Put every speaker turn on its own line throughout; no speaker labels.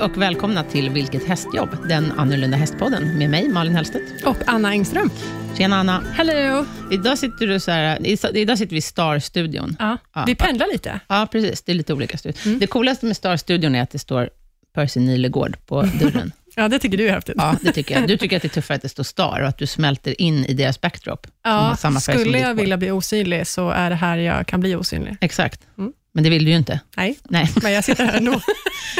och välkomna till Vilket hästjobb? Den annorlunda hästpodden med mig, Malin Hellstedt.
Och Anna Engström.
Tjena Anna.
Hello.
Idag sitter, du så här, i- idag sitter vi i Star-studion.
Ja,
Ja,
vi pendlar lite.
Ja, precis. Det är lite olika studier.
Mm.
Det coolaste med Star-studion är att det står Percy Nilegård på dörren.
Ja, det tycker du är häftigt.
Ja, det tycker jag. Du tycker att det är tuffare att det står Star och att du smälter in i deras backdrop. som har
Ja,
samma färg som
skulle
ditt
jag
hår.
vilja bli osynlig så är det här jag kan bli osynlig.
Exakt.
Mm.
Men det vill du ju inte.
Nej,
Nej,
men jag sitter här ändå.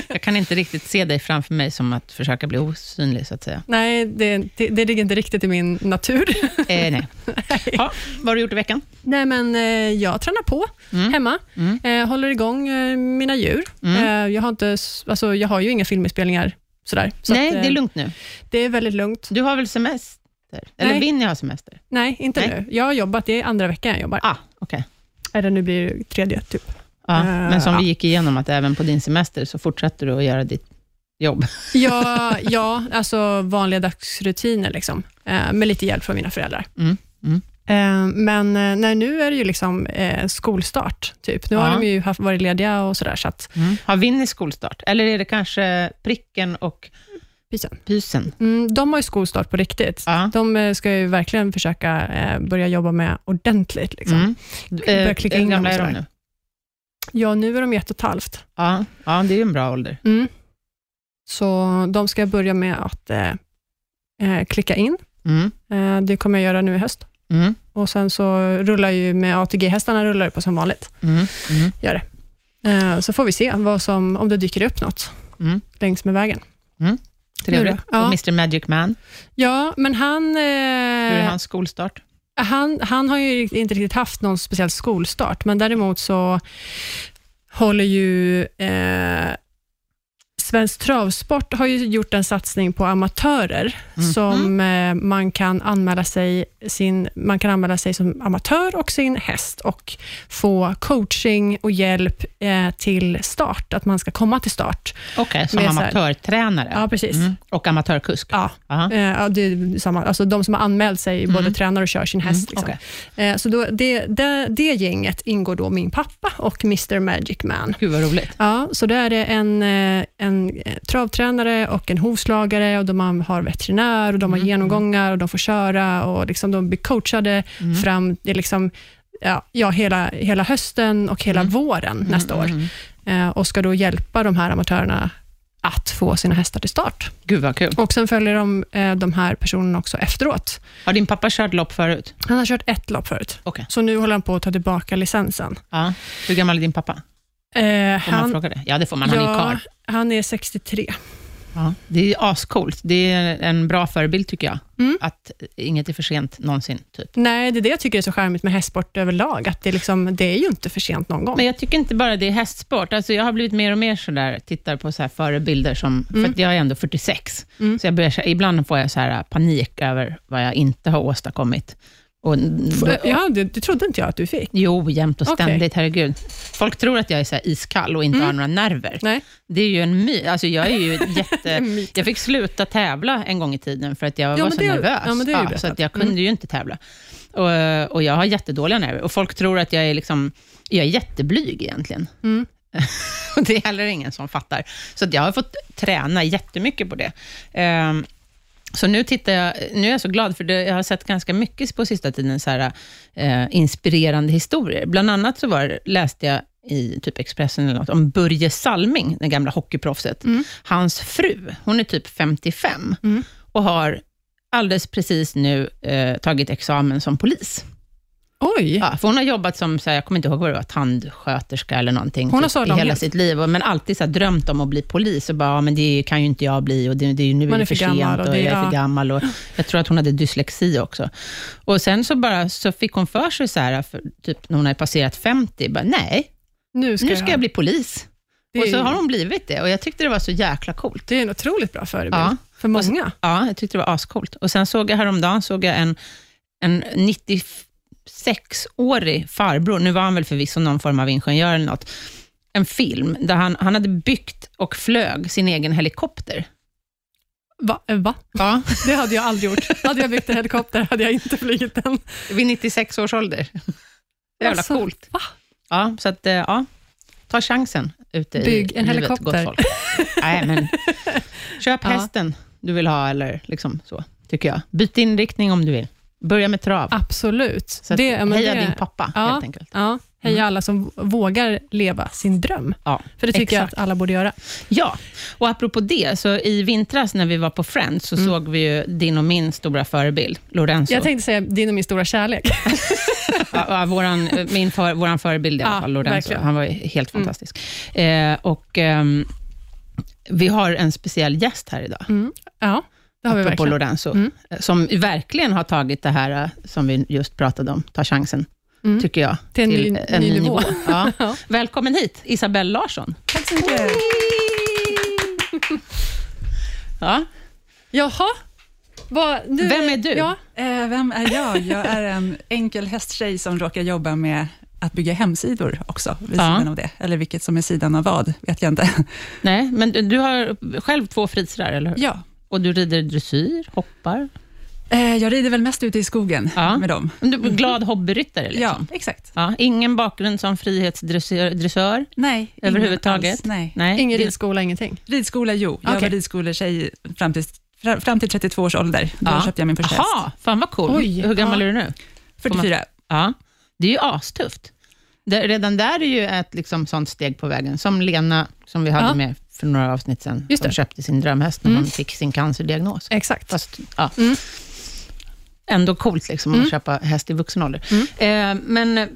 jag kan inte riktigt se dig framför mig som att försöka bli osynlig, så att säga.
Nej, det, det, det ligger inte riktigt i min natur.
Eh, nej. Ja, vad har du gjort i veckan?
Nej, men eh, jag tränar på
Mm.
hemma.
Mm.
Eh, håller igång eh, mina djur.
Mm.
Eh, jag, har inte, s- alltså, jag har ju inga filminspelningar. Sådär. Så
nej,
att, eh,
det är lugnt nu.
det är väldigt lugnt.
Du har väl semester? Eller
Nej.
vill ni ha semester?
Nej, inte
Nej.
nu. Jag har jobbat, det är andra veckan jag jobbar.
Ah, okej.
Eller nu blir det tredje, typ.
Ja,
Eh,
men som
ja.
vi gick igenom, att även på din semester så fortsätter du att göra ditt jobb.
Ja, ja alltså vanliga dagsrutiner, liksom, eh, med lite hjälp från mina föräldrar.
Mm, mm.
Eh, men eh, nej, nu är det ju liksom eh, skolstart, typ. Nu har
Ja.
de ju haft, varit lediga och sådär, så att
Har Winnie skolstart? Eller är det kanske pricken och
pysen.
pysen?
Mm, de har ju skolstart på riktigt.
Ja.
De eh, ska ju verkligen försöka eh, börja jobba med ordentligt. Liksom.
Mm.
Börja
Eh,
klicka
hur
in
gamla
dem
är
och
de
sådär.
nu?
Ja, nu är de ett och ett halvt.
Ja, ja, det är ju en bra ålder.
Mm. Så de ska börja med att eh, eh, klicka in.
Mm.
Eh, det kommer jag göra nu i höst.
Mm.
Och sen så rullar ju med ATG-hästarna rullar det på som vanligt.
Mm. Mm.
Eh, Så får vi se vad som, om det dyker upp något
Mm.
längs med vägen.
Trevligt.
Ja.
Och Mr Magic Man,
Ja, men han,
hur är
eh, han?
hans skolstart?
Han, har ju inte riktigt haft någon speciell skolstart, men däremot så håller ju eh, Svensk Travsport har ju gjort en satsning på amatörer,
Mhm.
som eh, man, kan anmäla sig sin, man kan anmäla sig som amatör och sin häst och få coaching och hjälp eh, till start, att man ska komma till start.
Okej, som
Med så här-
amatörtränare
Ja, precis.
Mm. och amatörkusk.
Ja,
Aha.
Eh, Ja, det är samma. Alltså, de som har anmält sig
Mm.
både tränar och kör sin
Mm.
häst. Liksom.
okej.
Eh, Så då, det, det, det gänget ingår då min pappa och Mr Magic Man.
Gud vad roligt.
Ja, så där är det en, eh, en eh, travtränare och en hovslagare och de har veterinär och de har
Mm.
genomgångar och de får köra och liksom de blir coachade
Mm.
fram det är liksom, ja, ja, hela, hela hösten och hela
Mm.
våren nästa år Eh, och ska då hjälpa de här amatörerna att få sina hästar till start.
Gud vad kul.
Och Sen följer de eh, de här personerna också efteråt.
Har din pappa kört lopp förut?
Han har kört ett lopp förut,
Okej.
så nu håller han på att ta tillbaka licensen.
Ja. Hur gammal är din pappa?
Eh,
Får man fråga det? Ja, det får man. Han är ju karl.
ja, han är 63.
Ja. Det är ju ascoolt. Det är en bra förebild, tycker jag.
Mm.
Att inget är för sent någonsin. Typ.
Nej, det är det jag tycker är så charmigt med hästsport överlag, att det, är liksom, det är ju inte för sent någon gång.
Men jag tycker inte bara det är hästsport. Alltså jag har blivit mer och mer sådär, tittar på så här förebilder som, för
Mm.
att jag är ändå 46.
Mm.
Så jag börjar, så här- ibland får jag så här äh, panik över vad jag inte har åstadkommit. Och,
F- ja, det, det trodde inte jag att du fick.
Jo, jämt och
Okej.
ständigt, herregud. Folk tror att jag är så här iskall och inte
Mm.
har några nerver.
Nej.
Det är ju en myt. Alltså jag är ju jätte...
En myt.
Jag fick sluta tävla en gång i tiden för att jag
Ja,
var
men
så
det-
nervös.
ja, men det är ju
så
berättat.
att jag
Mm.
kunde ju inte tävla. Och, och jag har jättedåliga nerver. Och folk tror att jag är liksom... Jag är jätteblyg egentligen.
Mm.
Och det är heller ingen som fattar. Så att jag har fått träna jättemycket på det. Ehm, så nu tittar jag, nu är jag så glad, för det, jag har sett ganska mycket på sista tiden så här, eh, inspirerande historier. Bland annat så var, läste jag i typ Expressen eller något, om Börje Salming, den gamla hockeyproffset.
Mm.
Hans fru, hon är typ 55
Mm.
och har alldeles precis nu eh, tagit examen som polis.
Oj!
Ja, för hon har jobbat som, så här, jag kommer inte ihåg vad det var, tandsköterska eller någonting typ,
Hon har så
i
lång
hela
liv.
sitt liv, och- men alltid så här, drömt om att bli polis och bara, ja, men det kan ju inte jag bli och det, det är ju nu
Man
är det
är
för
för gammal
sent
och
och,
det-
jag är för
ja.
gammal. Och jag tror att hon hade dyslexi också. Och sen så, bara, så fick hon för sig, så här, för, typ när hon hade passerat 50, bara, nej,
Nu ska,
nu ska jag bli polis.
Det
Och
är,
så har hon blivit det och jag tyckte det var så jäkla coolt.
det är en otroligt bra förebild
Ja.
för
Och så-
många.
Ja, jag tyckte det var ascoolt. Och sen såg jag häromdagen såg jag en, en 96-årig farbror, nu var han väl förvisso någon form av ingenjör eller något, en film där han, han hade byggt och flög sin egen helikopter.
Va? eh, Va?
Ja.
Det hade jag aldrig gjort. Hade jag byggt en helikopter hade jag inte flugit den.
Vid 96 års ålder. Jävla
Alltså,
coolt.
va?
Ja, så att, eh, ja, ta chansen. ute i
Bygg en
livet,
helikopter.
gott folk. Nej, men köp
Ja.
hästen du vill ha, eller liksom så, tycker jag. Byt inriktning om du vill. Börja med trav.
Absolut.
Så att,
Det- ja, men
heja
det-
din pappa,
Ja.
helt enkelt.
Ja, heja alla som vågar leva sin dröm.
Ja,
För det tycker jag
exakt.
att alla borde göra.
Ja, och apropå det, så i vintras när vi var på Friends, så såg vi ju din och min stora förebild, Lorenzo.
Mm. Jag tänkte säga din och min stora kärlek.
Ja, ja, våran, min för, våran förebild i alla
Ja,
fall, Lorenzo.
verkligen. Mm.
Han var ju helt fantastisk. Eh, och ehm, vi har en speciell gäst här idag,
Ja, det har vi
apropå
verkligen.
Lorenzo,
Mm.
eh, som verkligen har tagit det här eh, som vi just pratade om, ta chansen,
Mm.
tycker jag,
Till en ny- ny nivå.
Ja.
Ja.
Välkommen hit, Isabelle Larsson.
Tack så mycket.
Ja.
Jaha, vad, nu,
Vem är du?
Ja,
Eh, vem är jag? Jag är en enkel hästtjej som råkar jobba med att bygga hemsidor också, vid
Ja.
sidan av det. Eller vilket som är sidan av vad, vet jag inte.
Nej, men du, du har själv två frisidar, eller hur?
Ja,
Och du rider dressyr, hoppar.
eh, jag rider väl mest ute i skogen
Ja.
med dem.
Men Du är glad hobbyryttare, liksom.
Ja, exakt.
Ja, ingen bakgrund som frihetsdressör?
Nej, ingen
Överhuvudtaget?
alls, Nej.
Nej.
ingen
Det-
ridskola, ingenting.
Ridskola, jo. Jag
Okej.
var ridskoletjej fram till, fra- fram till 32 års ålder. Då
Ja.
köpte jag min första häst.
Jaha, fan vad cool.
Oj,
Hur gammal
ja.
är du nu?
44.
Ja, det är ju astufft. Det, redan där är ju ett liksom, sånt steg på vägen, som Lena, som vi hade
Ja.
med för några avsnitt sedan,
Just
som
det.
köpte sin drömhäst när
Mm.
hon fick sin cancerdiagnos.
Exakt.
Fast, ja.
Mm.
Ändå coolt liksom, att
Mm.
köpa häst i vuxen ålder.
Mm.
Eh, men,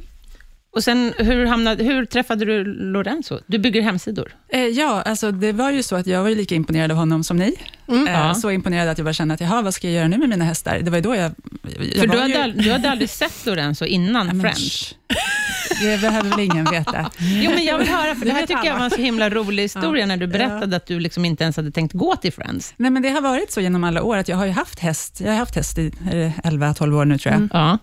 och sen, hur, hamnade, hur träffade du Lorenzo? Du bygger hemsidor.
Eh, ja, alltså det var ju så att jag var ju lika imponerad av honom som ni.
Mm.
Eh,
Ja.
Så imponerad att jag bara kände att, jaha, vad ska jag göra nu med mina hästar? Det var ju då jag... jag
För
var
du hade,
ju-
ald- du hade aldrig sett Lorenzo
Ja,
innan
men
Friends?
shh. Det behöver väl ingen veta.
Jo, men jag vill höra, för det här
vet
tycker jag
alla.
var en så himla rolig historia, när du berättade att du liksom inte ens hade tänkt gå till Friends.
Nej, men det har varit så genom alla år att jag har ju haft häst. Jag har haft häst i 11-12 år nu tror jag.
Mm.
Ja.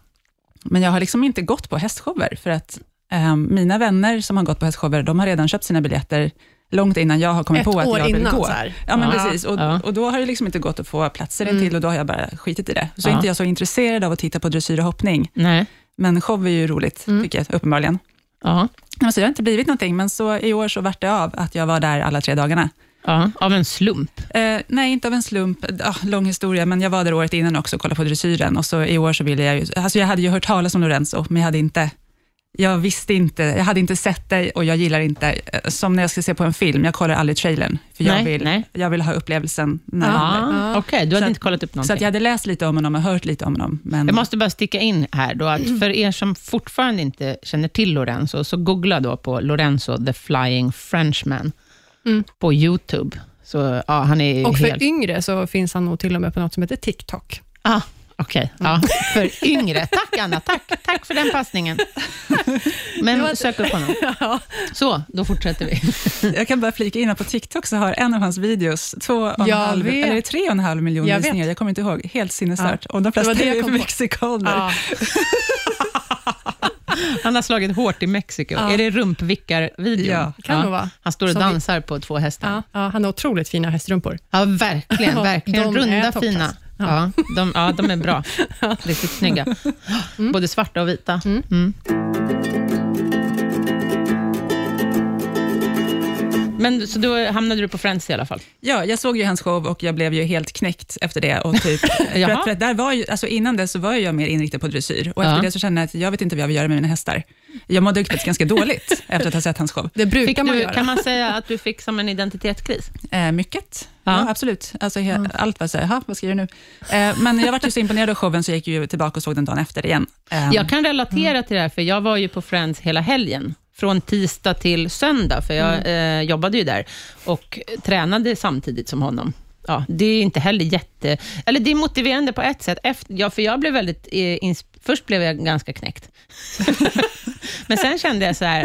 Men jag har liksom inte gått på hästshower, för att eh, mina vänner som har gått på hästshower, de har redan köpt sina biljetter långt innan jag har kommit
Ett
på att
år
jag vill
innan.
gå.
Så här.
Ja, men
Ja.
precis. Och,
Ja.
och då har det liksom inte gått att få platser
Mm.
till och då har jag bara skitit i det. Så
Ja.
är inte jag så intresserad av att titta på dressyr och hoppning,
Nej.
men show är ju roligt,
Mm.
tycker jag uppenbarligen.
Ja.
Men Så jag har inte blivit någonting, men så i år så vart det av att jag var där alla tre dagarna.
ja. Av en slump.
Eh, nej, inte av en slump. Ah, lång historia, men jag var där året innan också och kollade på dressyren. Och så i år så ville jag ju... Alltså jag hade ju hört talas om Lorenzo, men jag hade inte... Jag visste inte, jag hade inte sett dig och jag gillar inte... eh, Som när jag ska se på en film, jag kollar aldrig trailern. För jag,
Nej,
vill,
nej.
jag vill ha upplevelsen. När
Ah,
den
Ja.
händer.
Ja.
Okej, du hade
Så
inte kollat upp
Så att
någonting.
jag
Jag...
hade läst lite om honom och hört lite om honom. Men,
Mm.
måste bara sticka in här då, att för er som fortfarande inte känner till Lorenzo, så googla då på Lorenzo the Flying Frenchman
Mm.
på YouTube. Så ja, han är ju
Och för
helt...
yngre så finns han nog till och med på något som heter TikTok.
Ah, Okej, ja, för yngre. Tack Anna, tack, tack för den passningen. Men sök upp honom. Så, då fortsätter vi.
Jag kan bara flika in att på TikTok så har en av hans videos två och en
Jag
halv,
vet.
eller tre och en halv miljon
Jag
visningar. Jag kommer inte ihåg. Helt sinnesstört. Och de
var
flesta
det jag
är
kom på.
mexikaner.
Han har slagit hårt i Mexiko.
Ja.
Är det rumpvickar-videon?
Ja,
kan nog vara.
Han står och
Som vi-
dansar på två hästar.
Ja.
Ja,
Ja, han har otroligt fina hästrumpor.
verkligen.
Ja,
verkligen.
de är
Runda,
toppklass.
fina. Ja. de, ja, de är bra. Riktigt snygga. Både svarta och vita.
Mm.
Men så då hamnade du på Friends i alla fall?
Ja, jag såg ju hans show och jag blev ju helt knäckt efter det. Och typ, för
Jaha.
att, för att där var ju, alltså innan det så var jag mer inriktad på dressyr och
Ja.
efter det så kände jag att jag vet inte vad jag vill göra med mina hästar. Jag mådde faktiskt ganska dåligt efter att ha sett hans show.
Det brukar
Fick
man
du,
göra.
kan man säga att du fick som en identitetskris?
Eh, mycket.
Ja.
Ja. absolut. Alltså, he- Allt var så här, "Jaha, vad ska jag göra nu? Eh, men jag var ju så imponerad av showen så jag gick ju tillbaka och såg den dagen efter igen. Eh,
Jag kan relatera till det här, för jag var ju på Friends hela helgen. Från tisdag till söndag, för jag eh, jobbade ju där och tränade samtidigt som honom. Ja, det är inte heller jätte... Eller det är motiverande på ett sätt, efter, ja, för jag blev väldigt... Eh, ins- först blev jag ganska knäckt. men sen kände jag så här,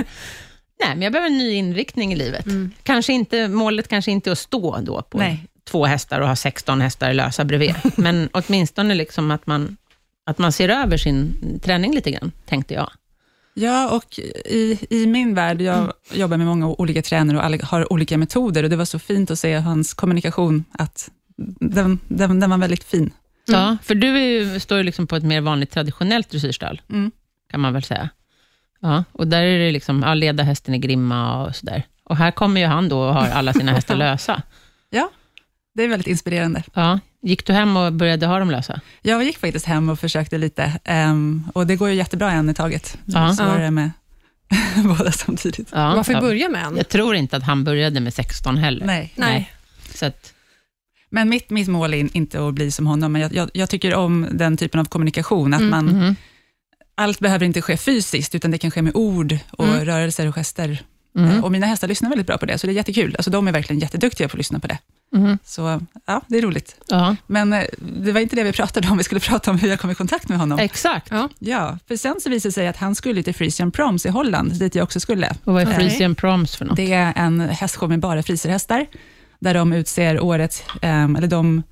nej, men jag behöver en ny inriktning i livet. Kanske inte, målet kanske inte är att stå då på
Nej.
två hästar och ha 16 hästar lösa bredvid, men åtminstone liksom att man att man ser över sin träning lite grann, tänkte jag.
Ja, och i, i min värld, jag jobbar med många olika tränare och alla har olika metoder och det var så fint att se hans kommunikation, att den, den, den var väldigt fin. Mm.
Ja, för du är ju, står ju liksom på ett mer vanligt traditionellt dressyrstall,
Mm.
kan man väl säga. Ja, och där är det liksom, ja, leda hästen i grimma och sådär. Och här kommer ju han då och har alla sina hästar lösa.
Det är väldigt inspirerande.
Ja. Gick du hem och började ha dem lösa?
Jag gick faktiskt hem och försökte lite ehm, och det går ju jättebra en i taget.
Ja.
Så är det med båda samtidigt.
Ja.
Man får ju
Ja.
börja med en.
Jag tror inte att han började med 16 heller.
Nej.
Nej.
Så att,
Men mitt, mitt mål är inte att bli som honom, men jag, jag, jag tycker om den typen av kommunikation, att
Mm.
man,
mhm.
allt behöver inte ske fysiskt, utan det kan ske med ord och
Mm.
rörelser och gester.
Mm.
Och mina hästar lyssnar väldigt bra på det, så det är jättekul. Alltså, de är verkligen jätteduktiga på att lyssna på det.
Mhm.
Så ja, det är roligt.
Ja,
Men eh, det var inte det vi pratade om, vi skulle prata om hur jag kom i kontakt med honom.
exakt.
Ja, för sen så visade det sig att han skulle till Frisian Proms i Holland, dit jag också skulle.
Och vad är
Okej.
Frisian Proms för något?
Det är en hästshow med bara friserhästar, där de utser årets, ehm, eller de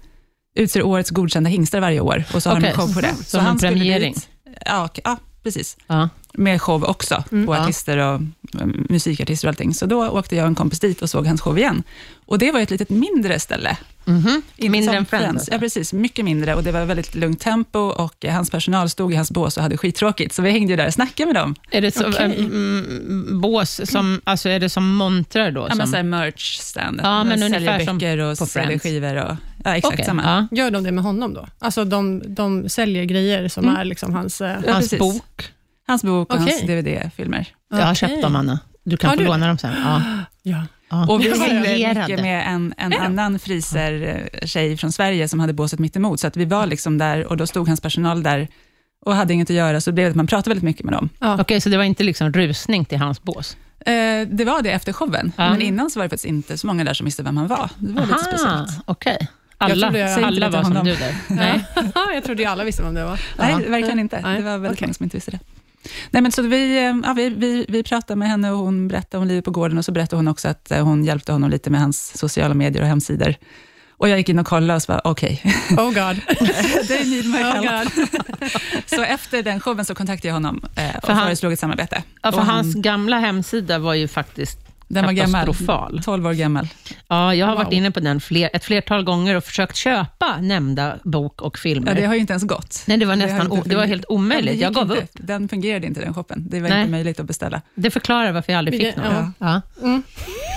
utser årets godkända hingstar varje år och så har de
Okej, Mm-hmm.
en show på det.
som en
skulle
premiering.
dit. Ja, okej, ja, precis.
Ja.
Med show också,
Mm.
på
Ja.
artister och mm, musikartister och allting. Så då åkte jag och en kompis dit och såg hans show igen. Och det var ett lite mindre ställe.
Mhm.
Inte
Mindre
som
än Friends? alltså.
Ja, precis. Mycket mindre och det var väldigt lugnt tempo och eh, hans personal stod i hans bås och hade skittråkigt, så vi hängde ju där och snackade med dem.
Är det så,
Okej.
mm, bås som, alltså är det som montrar då?
Ja, men
som,
så här merch stand.
Ja, men
Säljer
ungefär som
böcker och
på
säljer
Friends.
skivor och ja, exakt
Okej,
samma.
ja.
Gör de det med honom då? Alltså de, de säljer grejer som
Mm.
är liksom hans... eh,
Ja,
Hans
precis.
bok.
Hans bok och hans
Okej.
DVD-filmer.
Jag har
Okej.
köpt dem, Anna. Du kan
Har
få
du?
låna dem sen. Ja.
Ja.
Ja.
Och vi
Vad
hängde
varierade.
mycket med en, en annan friser-tjej från Sverige som hade båset mitt emot. så att vi var liksom där och då stod hans personal där och hade inget att göra, så det blev det att man pratade väldigt mycket med dem.
Okej, så det var inte liksom rusning till hans bås?
Eh, det var det efter showen,
Ja.
men innan så var det faktiskt inte så många där som visste vem han var. Det var lite speciellt.
okej. Alla,
trodde jag-
alla,
Säg inte det
var
till
som
honom.
du där. Nej.
Nej. jag trodde ju alla visste vem det var.
Ja.
Nej, verkligen inte.
Nej,
Det var väldigt
okej.
många som inte visste det. Nej, men så vi, eh, ja, vi, vi, vi pratade med henne och hon berättade om livet på gården och så berättade hon också att eh, hon hjälpte honom lite med hans sociala medier och hemsidor. Och jag gick in och kollade och så bara, okej,
Oh god.
det är need my
Oh
help.
god.
Så efter den showen så kontaktade jag honom eh, och
För han-
föreslog ett samarbete.
Ja, för
Och han-
hans gamla hemsida var ju faktiskt
Den var gammal,
katastrofal.
12 år gammal.
Ja, jag har varit
Wow.
inne på den fler, ett flertal gånger och försökt köpa nämnda bok och filmer.
Ja, det har ju inte ens gått.
Nej, det var
det har
nästan
inte
o, det var
fungerat.
helt
Ja,
omöjligt.
det
Jag
gick
gav
inte.
upp.
Den fungerade inte den shoppen. Det var
Nej.
inte möjligt att beställa.
Det förklarar varför jag aldrig fick
Ja.
någon. Ja.
Mm.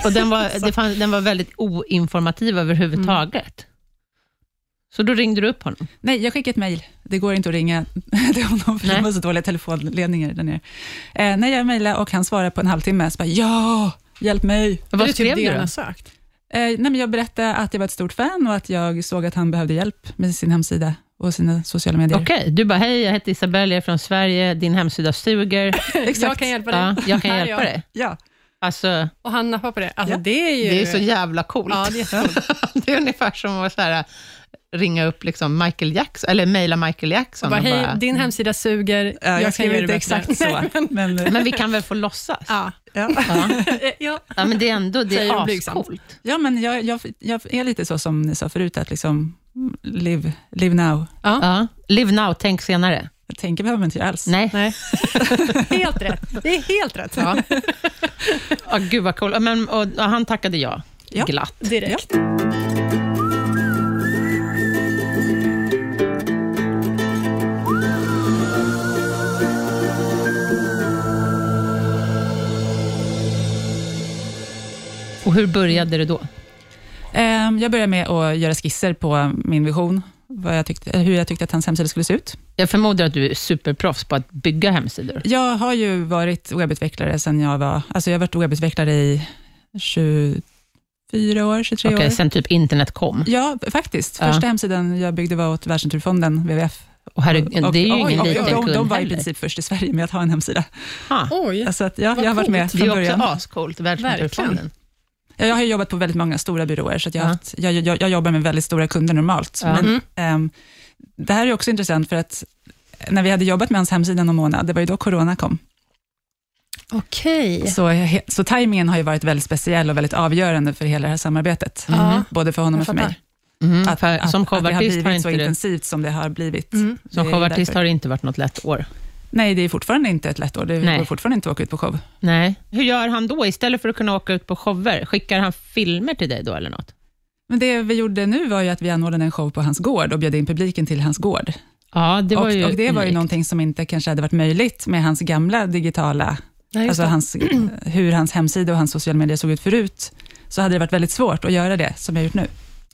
Och den var, det fanns, den var väldigt oinformativ överhuvudtaget.
Mm.
Så då ringde du upp honom.
Nej, jag skickade ett mejl. Det går inte att ringa till honom, för
Nej.
det var så dåliga telefonledningar där nere. Eh, nej, jag mejlade och han svarade på en halvtimme. Så bara, ja, hjälp mig.
Vad
är typ
skrev
det
du
han
då?
har sökt.
Eh, nej, men jag berättade att jag var ett stort fan och att jag såg att han behövde hjälp med sin hemsida och sina sociala medier.
Okej, du bara, hej, jag heter Isabelle, jag är från Sverige, din hemsida suger,
Jag kan hjälpa dig.
ja, jag kan
Här är
hjälpa
jag.
dig.
Ja,
Alltså,
Och han nappar på det. Alltså
Ja.
det är ju...
det är så jävla coolt.
Ja, det är jättecoolt.
Det är ungefär som att så här, ringa upp liksom Michael Jackson, eller mejla Michael
Och
Jackson.
bara,
och
hej,
bara,
din hemsida suger.
eh, jag,
kan
skrev
göra
inte
det
exakt
bättre.
så. Men, eh,
Men vi kan väl få låtsas?
Ja. Eh,
ja.
Ja.
ja.
Ja, men det är ändå det
Säger du
är
blygsamt.
ascoolt.
ja, men jag, jag, jag är lite så som ni sa förut, att liksom, mm, live, live now.
Ja. Live now, tänk senare.
Jag tänker behöver man inte göra alls.
Nej.
Nej. helt rätt. Det är helt rätt.
Ja. Ja, gud vad coolt. Ja, Men, och, och han tackade ja,
Ja.
glatt.
Direkt.
Och hur började det då?
Ehm, Jag började med att göra skisser på min vision, vad jag tyckte, hur jag tyckte att hans hemsida skulle se ut.
Jag förmodar att du är superproffs på att bygga hemsidor.
Jag har ju varit webbutvecklare sedan jag var, alltså jag har varit webbutvecklare i 24 år, 23
Okej,
år.
sen typ internet kom.
Ja, faktiskt.
Ja.
Första hemsidan jag byggde var åt Världsnaturfonden, WWF.
Och herregud, det är ju
Och-
ingen
och-
liten
och de,
kund
de var i
heller.
princip först i Sverige med att ha en hemsida.
Ha.
Oj.
Så att, ja,
Vad
jag har varit med
coolt.
Det
från
är också
början.
ascoolt, Världsnaturfonden.
Ja, Jag har ju jobbat på väldigt många stora byråer, så att jag, har
Ja.
haft, jag, jag, jag jobbar med väldigt stora kunder normalt.
Ja.
Men,
Mm.
ehm, det här är också intressant, för att när vi hade jobbat med hans hemsida någon månad, det var ju då corona kom.
Okej.
Så, he- så tajmingen har ju varit väldigt speciell och väldigt avgörande för hela det här samarbetet.
Mm.
Ja.
Både för honom
Jag
och för
fattar.
mig.
Mm,
Att,
för,
att,
som
att det har
showartist
blivit
har
så
inte det,
intensivt som det har blivit.
Mm.
Det
som
är
showartist
därför.
har det inte varit något lätt år.
Nej, det är fortfarande inte ett lätt år. Det
Nej.
går fortfarande inte att åka ut på show.
Nej. Hur gör han då? Istället för att kunna åka ut på shower, skickar han filmer till dig då eller något?
Men det vi gjorde nu var ju att vi anordnade en show på hans gård och bjöd in publiken till hans gård.
Ja, det var
och,
ju
och det var ju
unikt.
någonting som inte kanske hade varit möjligt med hans gamla digitala
Nej, just
alltså
det.
hans, hur hans hemsida och hans sociala medier såg ut förut, så hade det varit väldigt svårt att göra det som jag gjort nu.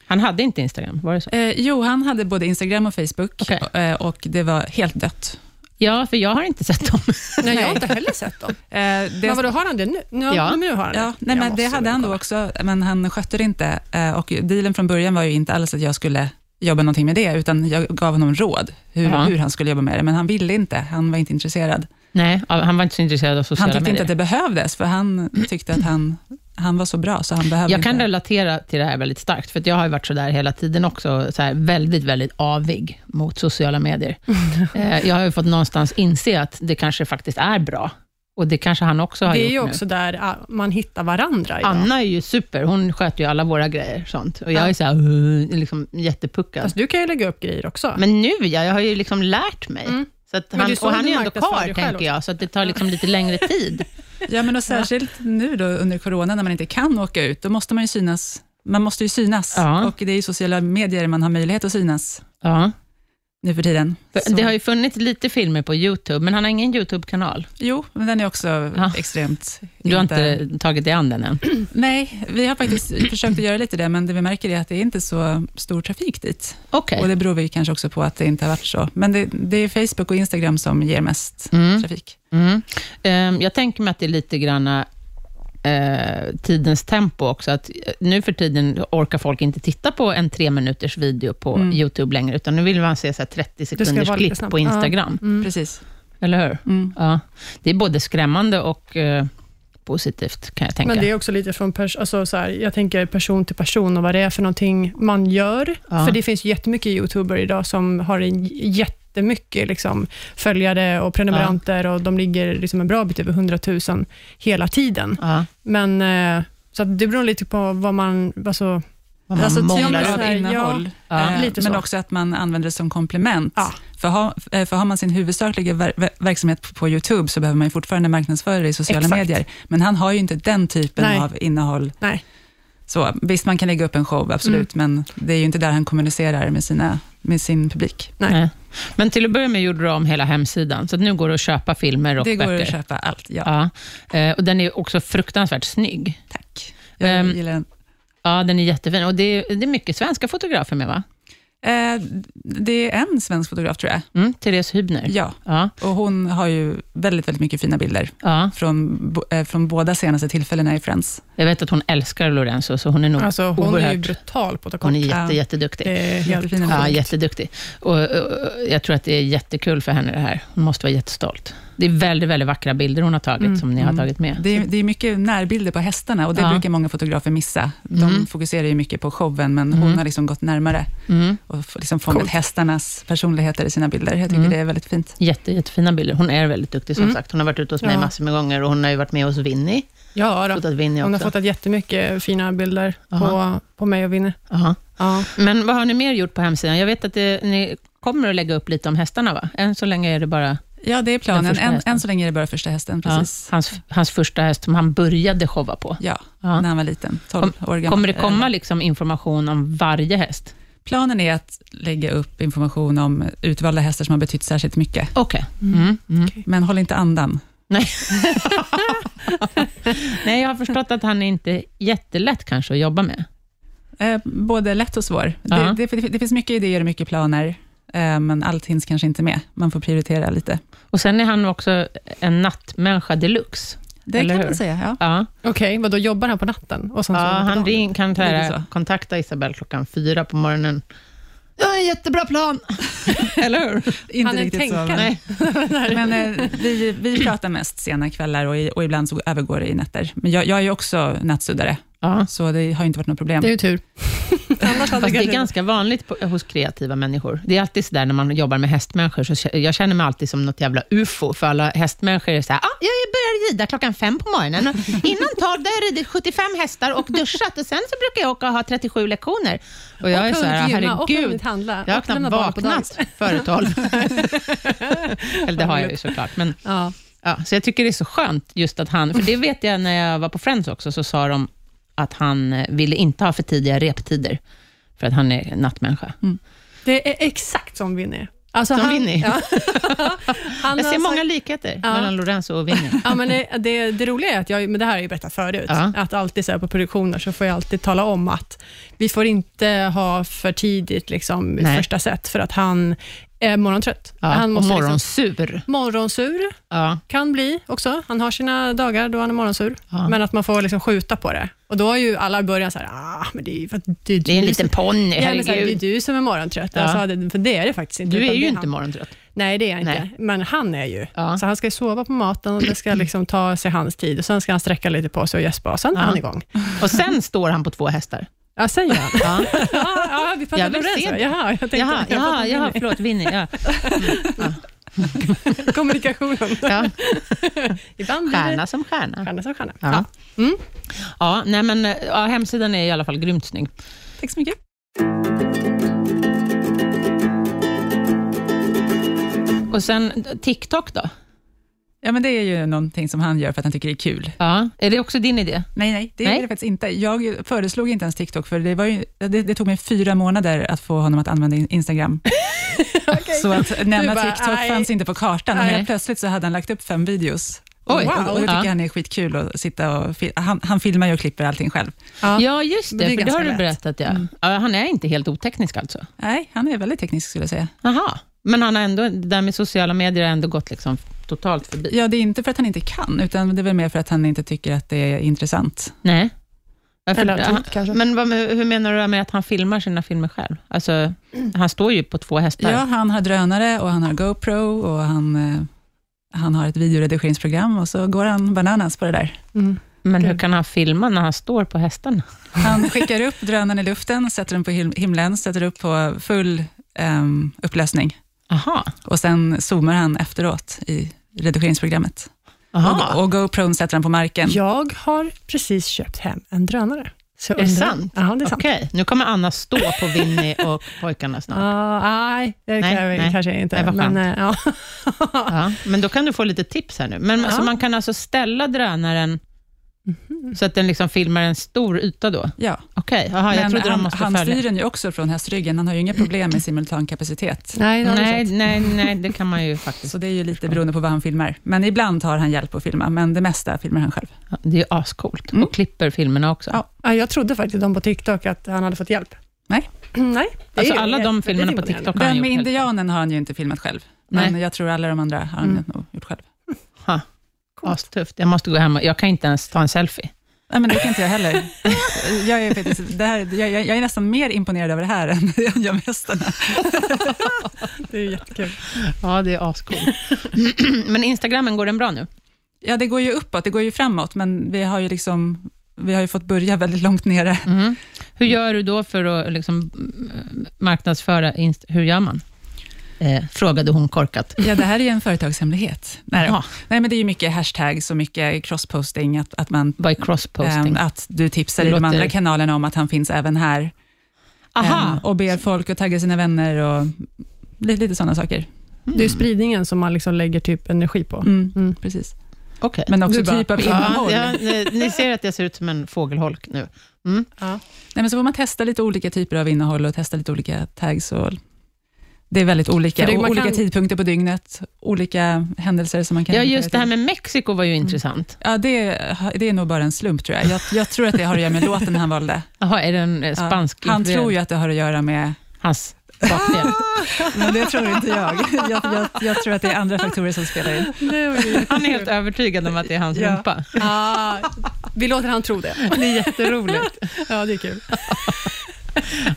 Han hade inte Instagram, var det så?
Eh, jo, han hade både Instagram och Facebook
Okej.
eh, och det var helt dött.
Ja, för jag har inte sett dem.
Nej, jag har inte heller sett dem.
Eh, det,
Men vadå, har han det nu? Nu,
Ja.
nu har han det.
ja, nej,
Jag
men
måste
det
väl
hade han då
kolla.
också, men han skötte det inte. Eh, och dealen från början var ju inte alls att jag skulle jobba någonting med det, utan jag gav honom råd hur,
Ja.
hur han skulle jobba med det, men han ville inte. Han var inte intresserad.
Nej, ja, han var inte så intresserad av
Han
sociala
tyckte inte
medier.
att det behövdes, för han tyckte att han, han var så bra, så han behövde
Jag kan
inte.
relatera till det här väldigt starkt, för att jag har ju varit så där hela tiden också, så här väldigt, väldigt avig mot sociala medier. Eh, jag har ju fått någonstans inse att det kanske faktiskt är bra, och det kanske han också har
Det är ju
gjort nu.
också där ah, man hittar varandra idag.
Anna är ju super, hon sköter ju alla våra grejer sånt. och jag är så här, uh, liksom jättepuckad.
Fast Alltså, du kan ju lägga upp grejer också.
Men nu, ja, jag har ju liksom lärt mig.
Mm.
Så att
Men det
han,
är
och
så
han
du
är ju ändå
marknadsför
karl,
dig själv
tänker jag, så att det tar liksom lite längre tid.
Ja, men och särskilt nu då under corona, när man inte kan åka ut, då måste man ju synas. Man måste ju synas
Ja.
och det är ju sociala medier man har möjlighet att synas
Ja.
nu för tiden.
För
Så-
Det har ju funnits lite filmer på YouTube, men han har ingen YouTube-kanal.
Jo, men den är också
Ja.
extremt...
Du har inte tagit dig an den än.
Nej, vi har faktiskt försökt att göra lite det, men det vi märker är att det är inte så stor trafik dit.
Okej.
Och det beror ju kanske också på att det inte har varit så. Men det, det är Facebook och Instagram som ger mest
Mm.
trafik.
Mm. Ehm, Jag tänker mig att det är lite granna eh, tidens tempo också. Att eh, nu för tiden orkar folk inte titta på en tre minuters video på
Mm.
YouTube längre, utan nu vill man se så här 30
ska
sekunders
vara lite
klipp
snabbt.
på
Ja.
Instagram.
Mm.
Precis.
Eller hur?
Mm.
Ja. Det är både skrämmande och eh, positivt, kan jag tänka.
Men det är också lite från pers- alltså så här, jag tänker person till person och vad det är för någonting man gör.
Ja.
För det finns ju jättemycket YouTubers idag som har en j- jättemycket liksom, följare och prenumeranter och de ligger liksom en bra bit över 100 000 hela tiden.
ja.
Men, eh, så att det beror lite på vad man... Alltså,
Vad man
alltså
månglar
tyngd
upp.
så
av
här,
innehåll,
ja,
eh,
lite
men
så.
också att man använder det som komplement.
Ja.
För, har, eh, för har man sin huvudsakliga ver ver- verksamhet på- på YouTube, så behöver man ju fortfarande marknadsföra det i sociala
Exakt.
medier. Men han har ju inte den typen
Nej.
av innehåll.
nej.
Så, visst, man kan lägga upp en show, absolut,
Mm.
men det är ju inte där han kommunicerar med, sina, med sin publik.
Nej.
Nej. Men till att börja med gjorde du om hela hemsidan, så att nu går det att köpa filmer och
Det går
böcker.
att köpa allt, ja.
Ja. Eh, Och den är också fruktansvärt snygg.
Tack. Jag
Ehm,
gillar den.
Ja, den är jättefin. Och det är, det är mycket svenska fotografer med, va?
Eh, det är en svensk fotograf, tror jag.
Mm, Therese Hübner.
Ja,
Ja,
och hon har ju väldigt, väldigt mycket fina bilder
ja.
från, bo- eh, från båda senaste tillfällena i Friends.
Jag vet att hon älskar Lorenzo, så hon är nog
Alltså, hon är ju
oerhört...
brutal på att ta kort.
Hon är jätte,
Ja.
jätteduktig.
Det är helt
Jättefina
Ja,
sjukt.
jätteduktig. Och, och, jag tror att det är jättekul för henne det här. Hon måste vara jättestolt. Det är väldigt, väldigt vackra bilder hon har tagit,
Mm,
som ni har
mm.
tagit med.
Det är, det är mycket närbilder på hästarna och det
Ja.
brukar många fotografer missa. De
Mm.
fokuserar ju mycket på showen, men
Mm.
hon har liksom gått närmare
Mm.
och f- liksom fångat
Coolt.
hästarnas personligheter i sina bilder. Jag tycker
Mm.
det är väldigt fint.
Jätte, jättefina bilder. Hon är väldigt duktig, som
Mm.
sagt. Hon har varit ute hos mig
Ja.
massor med gånger och hon har ju varit med hos Winnie.
Ja, då.
Fotat Winnie
hon har
också.
fått jättemycket fina bilder
Aha.
på, på mig och Vinne.
Jaha.
Ja.
Men vad har ni mer gjort på hemsidan? Jag vet att det, ni kommer att lägga upp lite om hästarna, va? Än så länge är det bara
Ja, det är
Den
planen.
första
Än,
hästen.
än så länge är det bara första hästen,
ja,
precis.
hans, hans första häst som han började showa på.
Ja,
Ja.
när han var liten. 12 år gammal.
Kommer det
Eh,
komma liksom information om varje häst?
Planen är att lägga upp information om utvalda hästar som har betytt särskilt mycket.
Okej. Mm. Mm.
Men håll inte andan.
Nej, jag har förstått att han är inte jättelätt kanske att jobba med.
Eh, både lätt och svår.
Ja.
Det, det, det finns mycket idéer och mycket planer, eh, men allt hinns kanske inte med. Man får prioritera lite.
Och sen är han också en nattmänniska deluxe.
Det
Eller
kan
hur?
man säga, ja.
Ja,
Okej, vadå, jobbar han på natten? Och sen
ja
så på
han
dagen?
ring, kan så
Lite
här,
så.
kontakta Isabel klockan fyra på morgonen. Jag har en jättebra plan! Eller hur?
Inte
Han är en
riktigt så,
tänkare.
men-
Nej.
Men eh, vi, vi pratar mest sena kvällar och, i, och ibland så övergår det i nätter. Men jag, jag är ju också nattsuddare,
Ja.
så det har ju inte varit något problem.
Det är ju tur. Annars hade
Fast det
kanske-
är ganska vanligt på, hos kreativa människor. Det är alltid sådär när man jobbar med hästmänniskor, så kä- jag känner mig alltid som något jävla ufo, för alla hästmänniskor är såhär, ah, jag börjar rida klockan fem på morgonen. Och Innan tolv, där har jag ridit 75 hästar och duschat och sen så brukar jag åka och ha 37 lektioner. Och jag är
hunnit
såhär,
gymma, och
herregud,
hunnit handla.
jag har
och lämna
knappt
barn på dagis.
vaknat före tolv. Eller det har jag ju såklart, men
Ja.
Ja, så jag tycker det är så skönt just att han, för det vet jag när jag var på Friends också, så sa de att han eh, ville inte ha för tidiga reptider, för att han är nattmänniska.
Det är exakt som Vinny. Alltså
Som
han,
Vinny.
Ja. Anna
Jag ser
har
många
sagt-
likheter
alltså- Ja.
mellan Lorenzo och Vinjen.
Ja, men det, det, det roliga är att jag, men det här har jag ju berättat förut,
Ja.
att alltid så här på produktioner så får jag alltid tala om att vi får inte ha för tidigt liksom,
Nej.
första set, för att han är morgontrött.
Ja, och
han måste liksom,
morgonsur.
morgonsur
Ja,
kan bli också. Han har sina dagar då han är morgonsur,
ja.
men att man får liksom skjuta på det. Och då har ju alla i början så här, ah, men det är ju för att det är du
Det är en liten
som-
ponny,
Ja, men så här, det är
herregud.
du som är morgontrött.
Ja.
Jag sa det, för det är det faktiskt inte.
Du är
utan
ju
det
inte
han.
morgontrött.
Nej, det är jag inte.
Nej.
Men han är ju.
Ja.
Så han ska ju sova på maten och det ska liksom ta sig hans tid. Och Sen ska han sträcka lite på sig och gäspa och sen
Ja.
är han igång.
Och sen står han på två hästar.
Ja, säger han.
Ja.
ja, ja, vi pratar
Jag vill se
Lorenzo.
det.
Jaha, jag tänkte...
Jaha,
jag
jaha,
pratade
jaha,
med
förlåt, Vinny. Ja.
Winnie. Kommunikationen.
Ja.
Ibland blir det
Stjärna som stjärna.
stjärna som stjärna.
Ja.
Ja. Mm.
Ja, nej men, ja, hemsidan är i alla fall grymt snygg.
Tack så mycket.
Och sen TikTok då?
Ja, men det är ju någonting som han gör för att han tycker det är kul.
Ja. Är det också din idé?
Nej, nej, det
Nej.
är det faktiskt inte. Jag föreslog inte ens TikTok, för det, var ju, det, det tog mig fyra månader att få honom att använda in- Instagram. Så att nämna
bara,
TikTok
"Aj."
fanns inte på kartan. Och
Nej.
helt plötsligt så hade han lagt upp fem videos.
Oj,
och, och det tycker
ja.
han är skitkul att sitta och fi- han, han filmar ju och klipper allting själv.
Ja.
Ja, just
Det
det,
är
för det
ganska
har du
lätt.
berättat. Ja. Ja, han är inte helt oteknisk alltså?
Nej, han är väldigt teknisk skulle jag säga.
Aha. Men han har ändå, det där med sociala medier har ändå gått liksom totalt förbi?
Ja, det är inte för att han inte kan, utan det är väl mer för att han inte tycker att det är intressant.
Nej. Varför,
Eller
han,
typ, kanske.
men vad, hur menar du med att han filmar sina filmer själv? Alltså, han står ju på två hästar.
Ja, han har drönare och han har GoPro och han, eh, han har ett videoredigeringsprogram och så går han bananas på det där.
Mm.
Men hur
Gud.
kan han filma när han står på hästarna?
Han skickar upp drönaren i luften, sätter den på him- himlen, sätter upp på full ehm, upplösning
Aha.
och sen zoomar han efteråt i redigeringsprogrammet.
Aha.
Och, och GoPron sätter han på marken.
Jag har precis köpt hem en drönare. Så
Är det
undrar-
sant?
Ja, det är sant.
Okej, nu kommer Anna stå på Winnie och pojkarna snart.
Ah, nej, det
Nej,
kan jag,
nej.
kanske inte.
Nej, vad
men, eh, ja.
Ja, men då kan du få lite tips här nu. Men
Ja.
så man kan alltså ställa drönaren så att den liksom filmar en stor yta då?
Ja,
Okej, Jaha, jag
men
trodde de
han,
måste
han styr
följa.
den ju också från hästryggen. Han har ju inga problem med simultankapacitet.
Nej, det har du
Nej,
sagt.
nej, nej, det kan man ju faktiskt.
Så det är ju lite beroende på vad han filmar. Men ibland har han hjälp att filma, men det mesta filmar han själv.
Ja, Det är ju ascoolt.
Mm.
Och klipper filmerna också.
Ja.
Ja, jag trodde faktiskt de på TikTok att han hade fått hjälp.
Nej.
Nej. det
Alltså
är ju
alla de
väldigt
filmerna på
imponerande.
TikTok har han
Den
gjort
med
helt-
indianen har han ju inte filmat själv. Men jag tror alla de andra har han
Mm.
nog gjort själv.
Ha. Astufft. Jag måste gå hem och, jag kan inte ens ta en selfie.
Nej, men det kan inte jag heller. Jag är, faktiskt, det här, jag, jag jag är nästan mer imponerad över det här än jag gör mästarna.
Det är ju jättekul.
Ja, det är ascoolt. Men Instagrammen, går den bra nu?
Ja, det går ju uppåt, det går ju framåt, men vi har ju, liksom, vi har ju fått börja väldigt långt nere.
Mm. Hur gör du då för att liksom, mm, marknadsföra? Inst- hur gör man? Eh, frågade hon korkat.
Ja, det här är ju en företagshemlighet. Nej, då.
Ja.
Nej, men det är ju mycket hashtags och mycket crossposting, att, att, man,
By crossposting.
ehm, att du tipsar
Det
i de
låter-
andra kanalerna om att han finns även här.
Aha.
Ehm, och ber folk att tagga sina vänner och lite, lite sådana saker.
Mm.
Det är ju spridningen som man liksom lägger typ energi på.
Mm,
Mm.
Precis.
Okej.
Men också
Du bara-
typ av
Ja,
innehåll.
ja, ni, ni ser att jag ser ut som en fågelholk nu. Mm.
Nej, men så får man testa lite olika typer av innehåll och testa lite olika tags. Och det är väldigt olika.
För det-
och
man
olika
kan-
tidpunkter på dygnet, olika händelser som man kan...
Ja,
hitta
just det här med Mexiko var ju intressant.
Ja, det, det är nog bara en slump, tror jag. Jag, jag tror att det har att göra med låten han valde.
Jaha, är den eh,
Ja,
spansk?
han tror ju att det har att göra med...
Hans bakdel.
Men det tror inte jag. Jag, jag. jag tror att det är andra faktorer som spelar in.
Han är helt övertygad om att det är hans
Ja.
rumpa.
ah, vi låter han tro det.
Det är jätteroligt.
Ja, det är kul.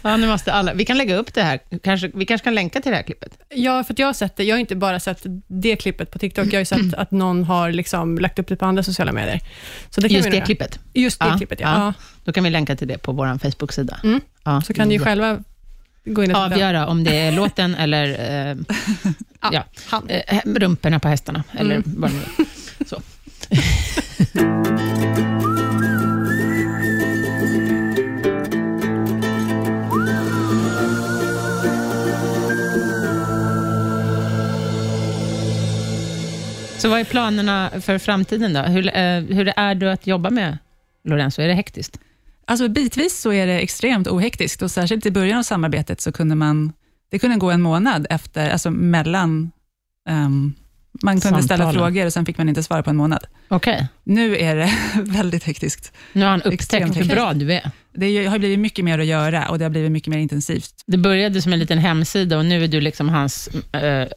Ja, nu måste alla, vi kan lägga upp det här. Kanske, vi kanske kan länka till det här klippet.
Ja, för att jag har sett det. Jag har inte bara sett det klippet på TikTok. Jag har ju sett att någon har liksom lagt upp det på andra sociala medier. Så det kan
Just
vi
det
göra.
klippet.
Just det
Ja,
klippet, ja.
ja.
ja.
Då kan vi länka till det på vår Facebook-sida.
Mm.
Ja.
Så kan ni ju själva gå in och titta.
avgöra om det är låten eller eh, ja,
han.
eh, rumporna på hästarna. Eller
Mm.
vad det nu är. Så. Så vad är planerna för framtiden då? Hur, eh, hur är du att jobba med Lorenzo? Är det hektiskt?
Alltså bitvis så är det extremt ohektiskt och särskilt i början av samarbetet så kunde man, det kunde gå en månad efter, alltså mellan ehm, Man kunde ställa
Samtalen.
frågor och sen fick man inte svara på en månad.
Okej,
Nu är det väldigt hektiskt.
nu har han
Extremt
upptäckt hur
mycket.
bra du är.
Det är ju- har blivit mycket mer att göra och det har blivit mycket mer intensivt.
Det började som en liten hemsida och nu är du liksom hans, eh,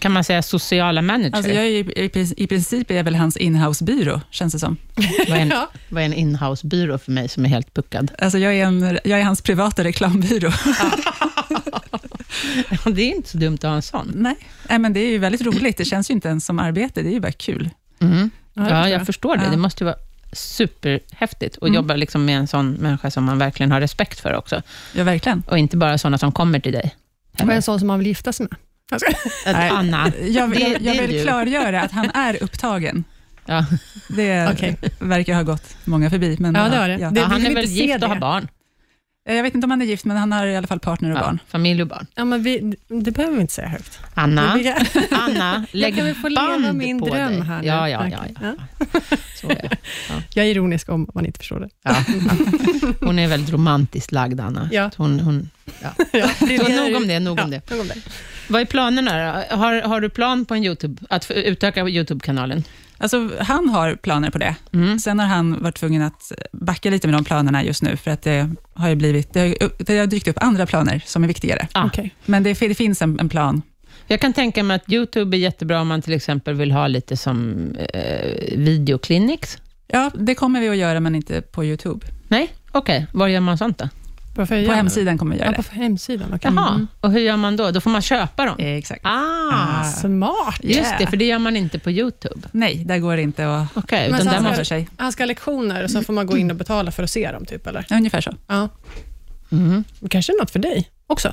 kan man säga sociala manager?
Alltså jag är ju, i, prin- I princip är jag väl hans inhousebyrå, känns det som.
Vad är en,
Ja.
vad är en inhousebyrå för mig som är helt puckad?
Alltså jag, är en, jag är hans privata reklambyrå.
Det är inte så dumt att ha en sån.
Nej. Nej, men det är ju väldigt roligt. Det känns ju inte ens som arbete, det är ju bara kul.
Mm.
Ja,
Ja,
det
jag,
förstår jag.
förstår det.
Ja.
Det måste ju vara superhäftigt att
Mm.
jobba liksom med en sån människa som man verkligen har respekt för också.
Ja, verkligen.
Och inte bara sådana som kommer till dig.
Var en sån som man vill gifta sig med.
Nej.
Anna.
Jag,
Det-
jag,
det
jag
är
vill
du.
klargöra att han är upptagen.
Ja.
Det
Okej.
verkar ha gått många förbi. Men
Ja, det har det.
Ja.
Ja,
Det- vi
han
vill
är
inte
väl
se
gift och
det.
har barn.
Jag vet inte om han är gift, men han har i alla fall partner och
Ja,
barn.
familj och barn.
Ja, men vi, det behöver vi inte säga högt.
Anna,
Det blir-
Anna lägg
kan väl få leva
band
min
på
dröm
dig.
här nu,
ja, ja, ja,
verkligen.
ja. Så är det.
Jag är ironisk om man inte förstår det.
Ja. Hon är väldigt romantiskt lagd, Anna.
Ja.
Hon, hon,
Ja, det
så nog om det, nog om det.
Ja, nog om det.
Vad är planerna då? Har, har du plan på en YouTube, att få utöka YouTube-kanalen?
Alltså, han har planer på det.
Mm.
Sen har han varit tvungen att backa lite med de planerna just nu, för att det har ju blivit, det har, ju- det har dykt upp andra planer som är viktigare.
Ah.
Okej.
Men det, det finns en, en plan.
Jag kan tänka mig att YouTube är jättebra om man till exempel vill ha lite som eh, videoclinics.
Ja, det kommer vi att göra, men inte på YouTube.
Nej, okej. Var gör man sånt då?
På,
På hemsidan kommer vi göra
Ja,
det.
på hemsidan. Okej. Mm.
Jaha, och hur gör man då? Då får man köpa dem?
Eh, Exakt.
Ah,
Ah.
Smart.
just det, för det gör man inte på YouTube.
Nej, där går det inte att...
Okej,
Men
utan där
sen ska-
måste...
för sig.
Han ska ha lektioner och så får man gå in och betala för att se dem, typ, eller?
Ungefär så.
Ja.
Mm.
Det kanske är något för dig också?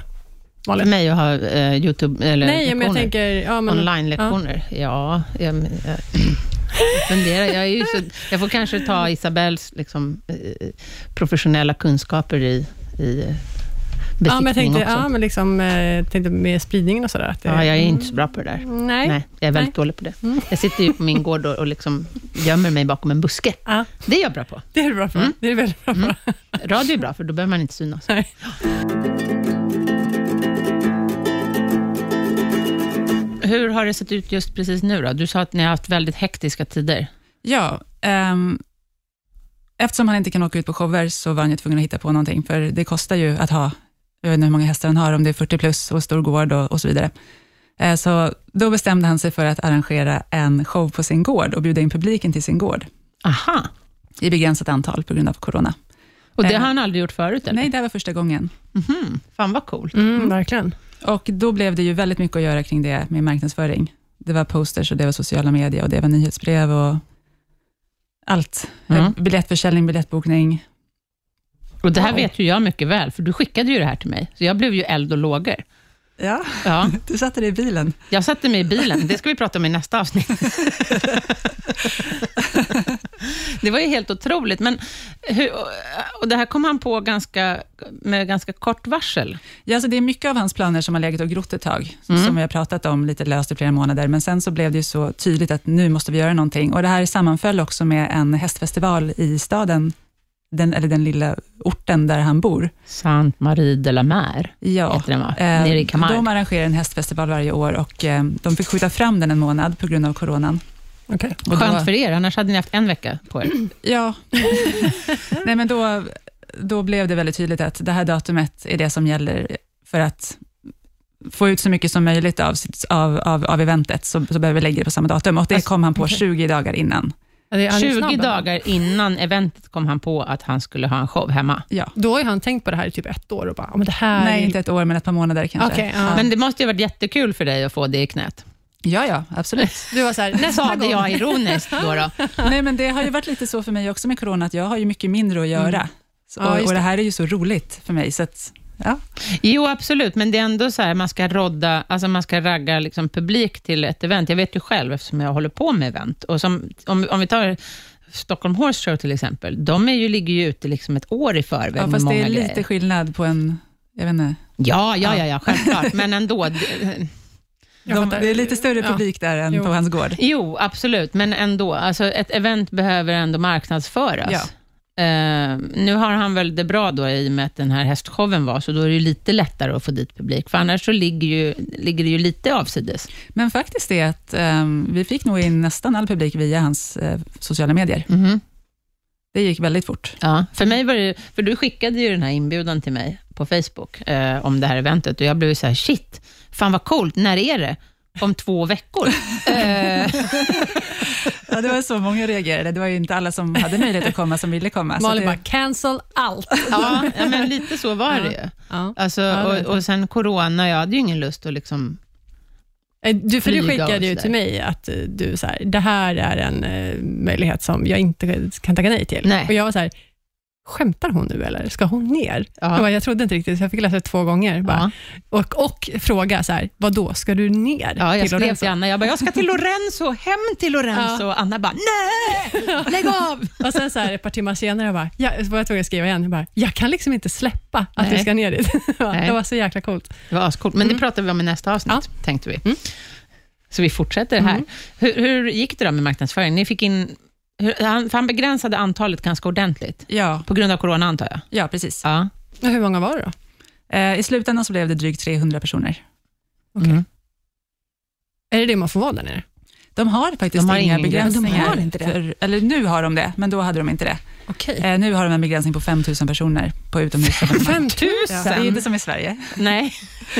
För
Malin?
mig att ha eh, YouTube, eller
Nej, men
lektioner.
jag tänker... Ja, men,
Online-lektioner? Ja, jag, men- jag, jag funderar. Jag, är ju så, jag får kanske ta Isabells liksom, eh, professionella kunskaper i, i eh, besiktning
Ja, men jag tänkte,
också.
ja, men liksom, eh, tänkte med spridningen och sådär. Att det,
Ja, jag är inte så bra på det där.
Nej.
Nej, jag är väldigt dålig på det.
Mm.
Jag sitter ju på min gård och, och liksom gömmer mig bakom en buske.
Ja,
Det är jag bra på.
det är du bra för.
Mm.
Det är du väldigt bra för.
Mm. Radio är bra, för då behöver man inte synas.
Nej.
Hur har det sett ut just precis nu då? Du sa att ni har haft väldigt hektiska tider.
Ja, ehm, eftersom han inte kan åka ut på shower så var han ju tvungen att hitta på någonting, för det kostar ju att ha, jag vet inte hur många hästar han har, om det är 40 plus och stor gård och, och så vidare. Eh, så då bestämde han sig för att arrangera en show på sin gård och bjuda in publiken till sin gård
Aha.
i begränsat antal på grund av corona.
Och det
Eh,
har han aldrig gjort förut? Eller?
Nej, det här var första gången.
Mhm, Fan vad coolt.
Mm, verkligen.
Och då blev det ju väldigt mycket att göra kring det med marknadsföring. Det var posters och det var sociala medier och det var nyhetsbrev och allt.
Mm.
Eh, Biljettförsäljning, biljettbokning.
Och det här
Wow.
vet ju jag mycket väl, för du skickade ju det här till mig. Så jag blev ju eld och lågor.
Ja,
Ja,
du satte dig i bilen.
jag satte mig i bilen. Det ska vi prata om i nästa avsnitt. det var ju helt otroligt. Men hur, och det här kom han på ganska, med ganska kort varsel.
Ja, alltså det är mycket av hans planer som har legat och grott ett tag,
Mm.
som vi har pratat om lite löst i flera månader, men sen så blev det ju så tydligt att nu måste vi göra någonting. Och det här sammanföll också med en hästfestival i staden, den, eller den lilla orten där han bor.
Sant Marie de la Mer
Ja.
heter den, va?
Eh,
Nere i Camargue.
de arrangerar en hästfestival varje år och eh, de fick skjuta fram den en månad på grund av coronan.
Okej.
Och
Skönt
då,
för er, annars hade ni haft en vecka på er.
Ja. Nej, men då, då blev det väldigt tydligt att det här datumet är det som gäller för att få ut så mycket som möjligt av, sitt, av, av, av eventet, så, så behöver vi lägga det på samma datum. Och det
Alltså,
kom han på
okej.
20 dagar innan.
Ja, det är- han är
20
snabb, eller?
dagar innan eventet kom han på att han skulle ha en show hemma.
Ja.
Då har ju han tänkt på det här i typ ett år och bara, ja, men det här...
Nej,
är-
inte ett år, men ett par månader kanske.
Okej, ja.
Men det måste ju ha varit jättekul för dig att få det i knät.
Ja, ja, absolut.
Du var så här, nästa
Sa det
gång.
jag ironiskt då. då.
Nej, men det har ju varit lite så för mig också med corona, att jag har ju mycket mindre att göra. Så,
Mm. Ja,
och,
just
och det
det.
här är ju så roligt för mig, så att, ja.
Jo, absolut, men det är ändå så här, man ska rodda, alltså man ska ragga liksom publik till ett event. Jag vet ju själv, eftersom jag håller på med event. Och som, om, om vi tar Stockholm Horse Show till exempel, de är ju, ligger ju ute liksom ett år i förväg
ja
med
fast
många
det är lite
grejer.
skillnad på en, jag vet inte,
Ja, ja, ja, ja, självklart, men ändå. d-
Jag
de,
fattar.
det är lite större
Ja.
publik där än
Jo.
på hans gård.
Jo, absolut, men ändå. Alltså, ett event behöver ändå marknadsföras. Eh, nu har han väl det bra då i och med att den här hästshowen var, så då är det ju lite lättare att få dit publik, för annars så ligger, ju, ligger det ju lite avsides.
Men faktiskt är att eh, vi fick nog in nästan all publik via hans eh, sociala medier.
Mm-hmm.
Mhm.
Det gick väldigt fort.
Ja, för mig var det, för du skickade ju den här inbjudan till mig på Facebook eh, om det här eventet och jag blev så här, shit, fan vad coolt, när är det? Om två veckor. Eh,
Ja, det var så många reagerade. Det var ju inte alla som hade möjlighet att komma som ville komma. Så
Malin
Alltså, det-
bara, cancel allt.
ja, ja, men lite så var det ju.
Ja.
Alltså,
Ja, det vet
och, och sen corona, jag hade ju ingen lust att liksom...
Eh, Du, för
Flyga
du
och
skickade ju
sådär.
till mig att eh, du så här, det här är en eh, möjlighet som jag inte kan tacka nej till.
Nej.
Och jag var så här, skämtar hon nu eller ska hon ner?
Ja.
Jag, bara, jag trodde inte riktigt, så jag fick läsa det två gånger. Bara.
Ja,
Och, och fråga, så här, vad då ska du ner
ja, jag
till
skrev
Lorenzo?
till Anna, jag bara, jag ska till Lorenzo, hem till Lorenzo. Och Anna bara, nej, lägg av.
Och sen så här, ett par timmar senare jag bara, jag, så var jag tvungen att skriva igen. Jag, bara, jag kan liksom inte släppa att
Nej.
vi ska ner dit.
Nej.
det var så jäkla coolt.
Det var ascoolt, men det pratar vi om i nästa avsnitt, tänkte vi. Så vi fortsätter här. Hur, hur gick det då med marknadsföring? Ni fick in, hur, han, för han begränsade antalet ganska ordentligt,
Ja,
på grund av corona antar jag?
ja, precis.
Ja.
Men hur många var det då?
Eh, I slutändan så blev det drygt 300 personer.
Okej.
Mm.
Är det det man får vara där nere?
De har faktiskt
De har
inga
ingen gräns.
begränsningar.
De har inte det.
För, eller nu har de det, men då hade de inte det.
Okej.
Eh, nu har de en begränsning på 5 000 personer på utomhusevenemang.
5 000?
Ja, det är inte som i Sverige.
Nej,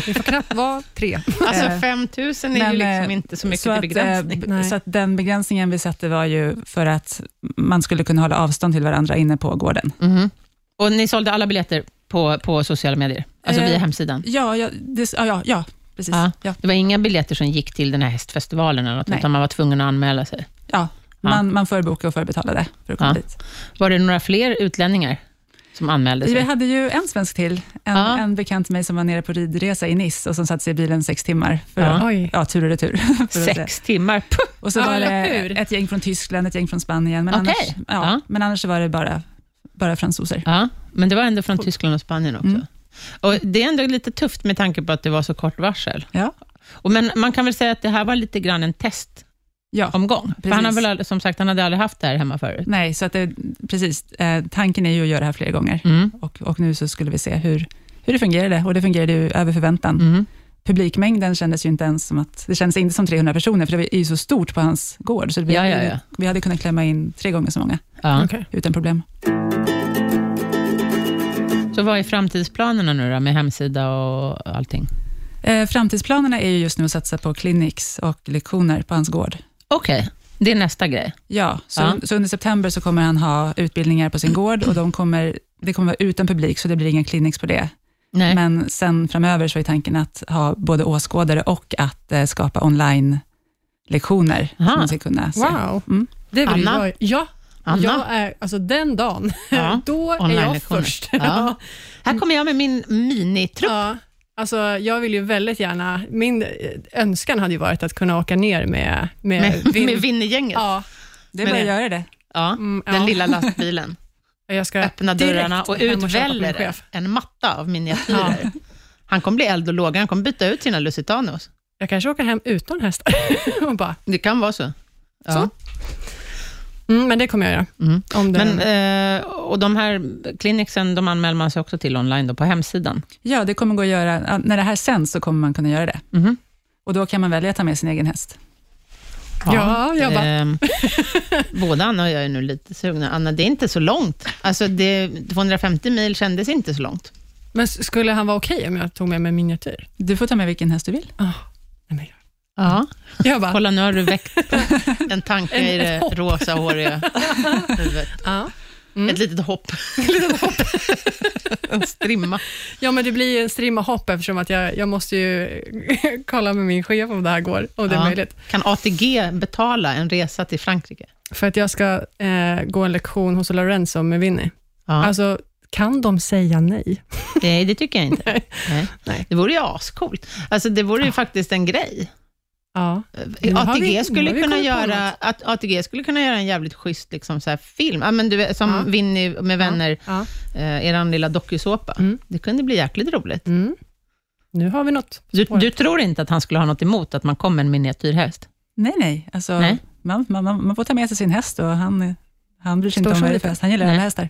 Vi får knappt vara tre.
alltså
Eh,
5 000 är
men,
ju liksom
eh,
inte så mycket
så
till
att, eh,
begränsning.
Nej.
b- så att den begränsningen vi satte var ju för att man skulle kunna hålla avstånd till varandra inne på gården.
Mhm. Och ni sålde alla biljetter på, på sociala medier, alltså
Eh,
via hemsidan?
Ja, ja, det, ja, ja, ja precis.
Ja.
Ja. Ja.
Det var inga biljetter som gick till den här hästfestivalen, eller något,
Nej.
utan man var tvungen att anmäla sig.
Man, man förbokade och förbetalade för att komma
Ja.
dit.
Var det några fler utlänningar som anmälde sig?
Vi hade ju en svensk till, en,
Ja.
en bekant till mig som var nere på ridresa i Nice och som satt sig i bilen sex timmar. För
Ja.
att,
Oj.
ja, tur och retur. för att se.
Sex timmar? Puh.
Och så
Ja,
var
eller
det
hur?
ett gäng från Tyskland, ett gäng från Spanien. Men,
Okej.
annars, ja,
Ja.
men annars så var det bara, bara fransoser.
Ja, men det var ändå från Tyskland och Spanien också.
Mm.
Och det är ändå lite tufft med tanke på att det var så kort varsel.
Ja.
Och men man kan väl säga att det här var lite grann en testomgång.
Ja.
För han, har
precis.
väl, aldrig- som sagt, han hade aldrig haft det här hemma förut.
Nej, så att det, precis. Eh, tanken är ju att göra det här fler gånger.
Mm.
Och, och nu så skulle vi se hur, hur det fungerade och det fungerade ju över förväntan.
Mm.
Publikmängden kändes ju inte ens som att, det kändes inte som 300 personer, för det var ju så stort på hans gård, så det,
Ja, ja, ja.
vi hade kunnat klämma in tre gånger så många
Ja.
Okej.
utan problem.
Så vad är framtidsplanerna nu då, med hemsida och allting?
Eh, framtidsplanerna är ju just nu att satsa på clinics och lektioner på hans gård.
Okej, det är nästa grej.
Ja, så,
Ja.
så under september så kommer han ha utbildningar på sin gård och de kommer, det kommer vara utan publik, så det blir inga clinics på det.
Nej.
Men sen framöver så är tanken att ha både åskådare och att eh, skapa online-lektioner
Aha.
som man ska kunna se.
Wow.
Mm.
Det vill
Anna?
Jag, ja,
Anna,
jag är, alltså den dagen,
Ja,
då är jag
online-lektioner.
först.
Ja. här kommer jag med min minitrupp.
Ja, alltså jag vill ju väldigt gärna, min eh, önskan hade ju varit att kunna åka ner med, med,
Med,
vind-
med Vinnegänget. Ja.
Ja,
Det är
Men
bara att
det-
göra det.
mm, ja.
Den lilla lastbilen.
jag ska
öppna
direkt
dörrarna och
hem köpa på min
utväller
chef.
en matta av miniatyrer. Han kommer bli eld och låga, han kommer byta ut sina Lusitanos.
Jag kanske åker hem utan hästar. och bara,
Det kan vara så. Ja.
Så. mm, men det kommer jag göra.
Mm.
Om det,
Men, eh, och de här kliniksen, de anmäler man sig också till online då, på hemsidan.
Ja, det kommer gå att göra, ja, när det här sänds så kommer man kunna göra det.
Mhm.
Och då kan man välja att ta med sin egen häst.
Ja, jag bara-
Ehm, Både Anna och jag är nu lite sugna. Anna, det är inte så långt. Alltså det, 250 mil kändes inte så långt.
men skulle han vara okej om jag tog med mig miniatyr?
Du får ta med vilken häst du vill.
Ah, nej, men jag-
Ja.
Jag bara,
Kolla, nu har du väckt en tanke i
En- ett
det
hopp.
rosahåriga huvudet.
ja. Mm.
Ett litet hopp. Litet hopp. en strimma.
ja, men det blir ju en strimma hopp eftersom att jag, jag måste ju kolla med min chef om det här går, om det är
Ja.
möjligt.
Kan ATG betala en resa till Frankrike?
För att jag ska eh, gå en lektion hos Lorenzo med Winnie.
Ja.
Alltså, kan de säga nej?
Nej, det tycker jag inte. Nej.
Nej.
Det vore ju ascoolt. Alltså, det vore ju faktiskt en grej.
Ja. Nu har
ATG,
vi- nu
skulle
har vi
kunna
kommit på
göra,
något.
att ATG skulle kunna göra en jävligt schysst liksom, så här, film, ja, men du, vet, som
Ja.
Winnie med vänner,
ja.
eh, er lilla dokusåpa.
Mm.
Det kunde bli jäkligt roligt.
Mm. Nu har vi något.
Du,
spåret.
du tror inte att han skulle ha något emot att man kom med en miniatyrhäst?
Nej, nej. Alltså,
Nej.
Man, man, man, man får ta med sig sin häst och han, han bryr sig inte om vad det är för häst. Han gillar
Nej.
alla hästar.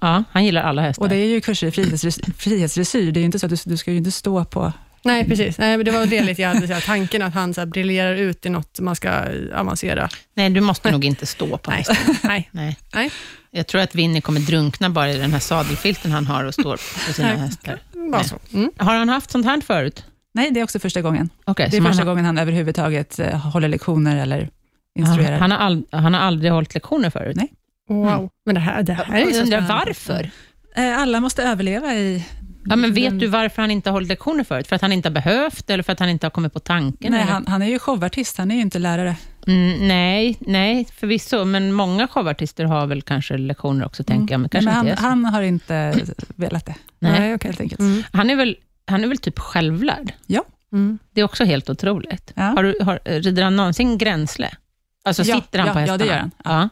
Ja, han gillar alla hästar.
Och det är ju kurser i frihetsdressyr. frihetsdressyr. Det är ju inte så att du, du ska ju inte stå på...
Nej, precis. Nej, men det var det lite jag hade, så här, tanken att han så här, briljerar ut i något man ska eh, avancera.
Nej, du måste nog inte stå på
Nej.
hästen.
Nej.
Nej.
Nej.
Jag tror att Winnie kommer drunkna bara i den här sadelfilten han har och står på sina
Nej.
hästar.
Bara så. Mm.
Har han haft sånt här förut?
Nej, det är också första gången.
Okej,
Det är
som
första
han,
gången han överhuvudtaget eh, håller lektioner eller
han,
instruerar.
han, har all, han har aldrig hållit lektioner förut?
Nej.
Wow.
Mm.
Men det här, det här är
Jag
ju så
undrar
spännande.
varför?
Eh, Alla måste överleva i...
Ja, men vet
Men-
du varför han inte har hållit lektioner förut? För att han inte har behövt eller för att han inte har kommit på tanken?
Nej,
eller?
han, han är ju showartist, han är ju inte lärare.
Mm, nej, nej, förvisso, men många showartister har väl kanske lektioner också, tänker jag. Men kanske
Mm. Men han,
inte är så.
han har inte velat det,
Nej.
Nej, okej.
helt enkelt.
Mm.
han, är väl, han är väl typ självlärd?
Mm.
Det är också helt otroligt.
Ja.
Har du, har, rider han någonsin gränsle? Alltså
Ja,
sitter han
ja,
på
ja,
hästarna?
det gör han.
Ja.
Ja.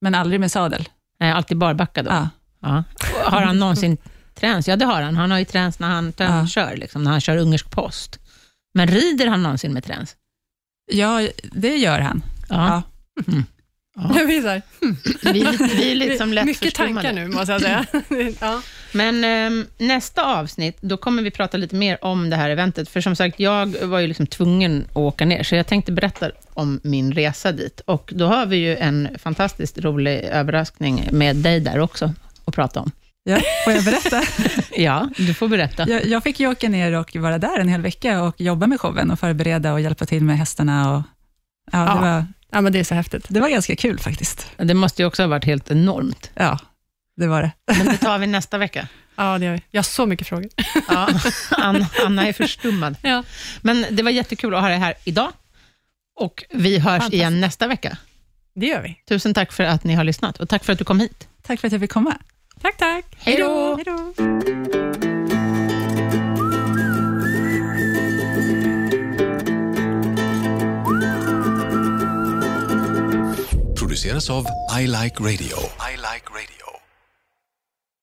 Men aldrig med sadel.
Nej, alltid barbacka då?
Ja.
Ja. Har han någonsin tränats? Ja, det har han. Han har ju träns när han
Ja.
kör, liksom, när han kör ungersk post. Men rider han någonsin med träns?
ja, det gör han.
Ja.
Ja.
Ja.
Jag blir så här,
Vi, vi är lite som lätt
mycket
förstummade.
tankar nu, måste jag säga. ja.
Men ehm, nästa avsnitt, då kommer vi prata lite mer om det här eventet. För som sagt, jag var ju liksom tvungen att åka ner, så jag tänkte berätta om min resa dit. Och då har vi ju en fantastiskt rolig överraskning med dig där också att prata om.
Ja, får jag berätta?
Ja, du får berätta.
Jag, jag fick ju åka ner och vara där en hel vecka och jobba med showen och förbereda och hjälpa till med hästarna. Och, ja,
Ja.
Det, var,
ja, men det är så häftigt.
det var ganska kul faktiskt.
Det måste ju också ha varit helt enormt.
Ja, det var det.
Men det tar vi nästa vecka.
Ja, det gör vi. Jag har så mycket frågor.
Ja, Anna, Anna är förstummad.
Ja.
Men det var jättekul att ha dig här idag. Och vi hörs
Fantastiskt.
igen nästa vecka.
Det gör vi.
Tusen tack för att ni har lyssnat och tack för att du kom hit.
Tack för att jag fick komma.
Tack, tack.
Hej då!
Hej då!
produceras av I Like Radio. I like radio.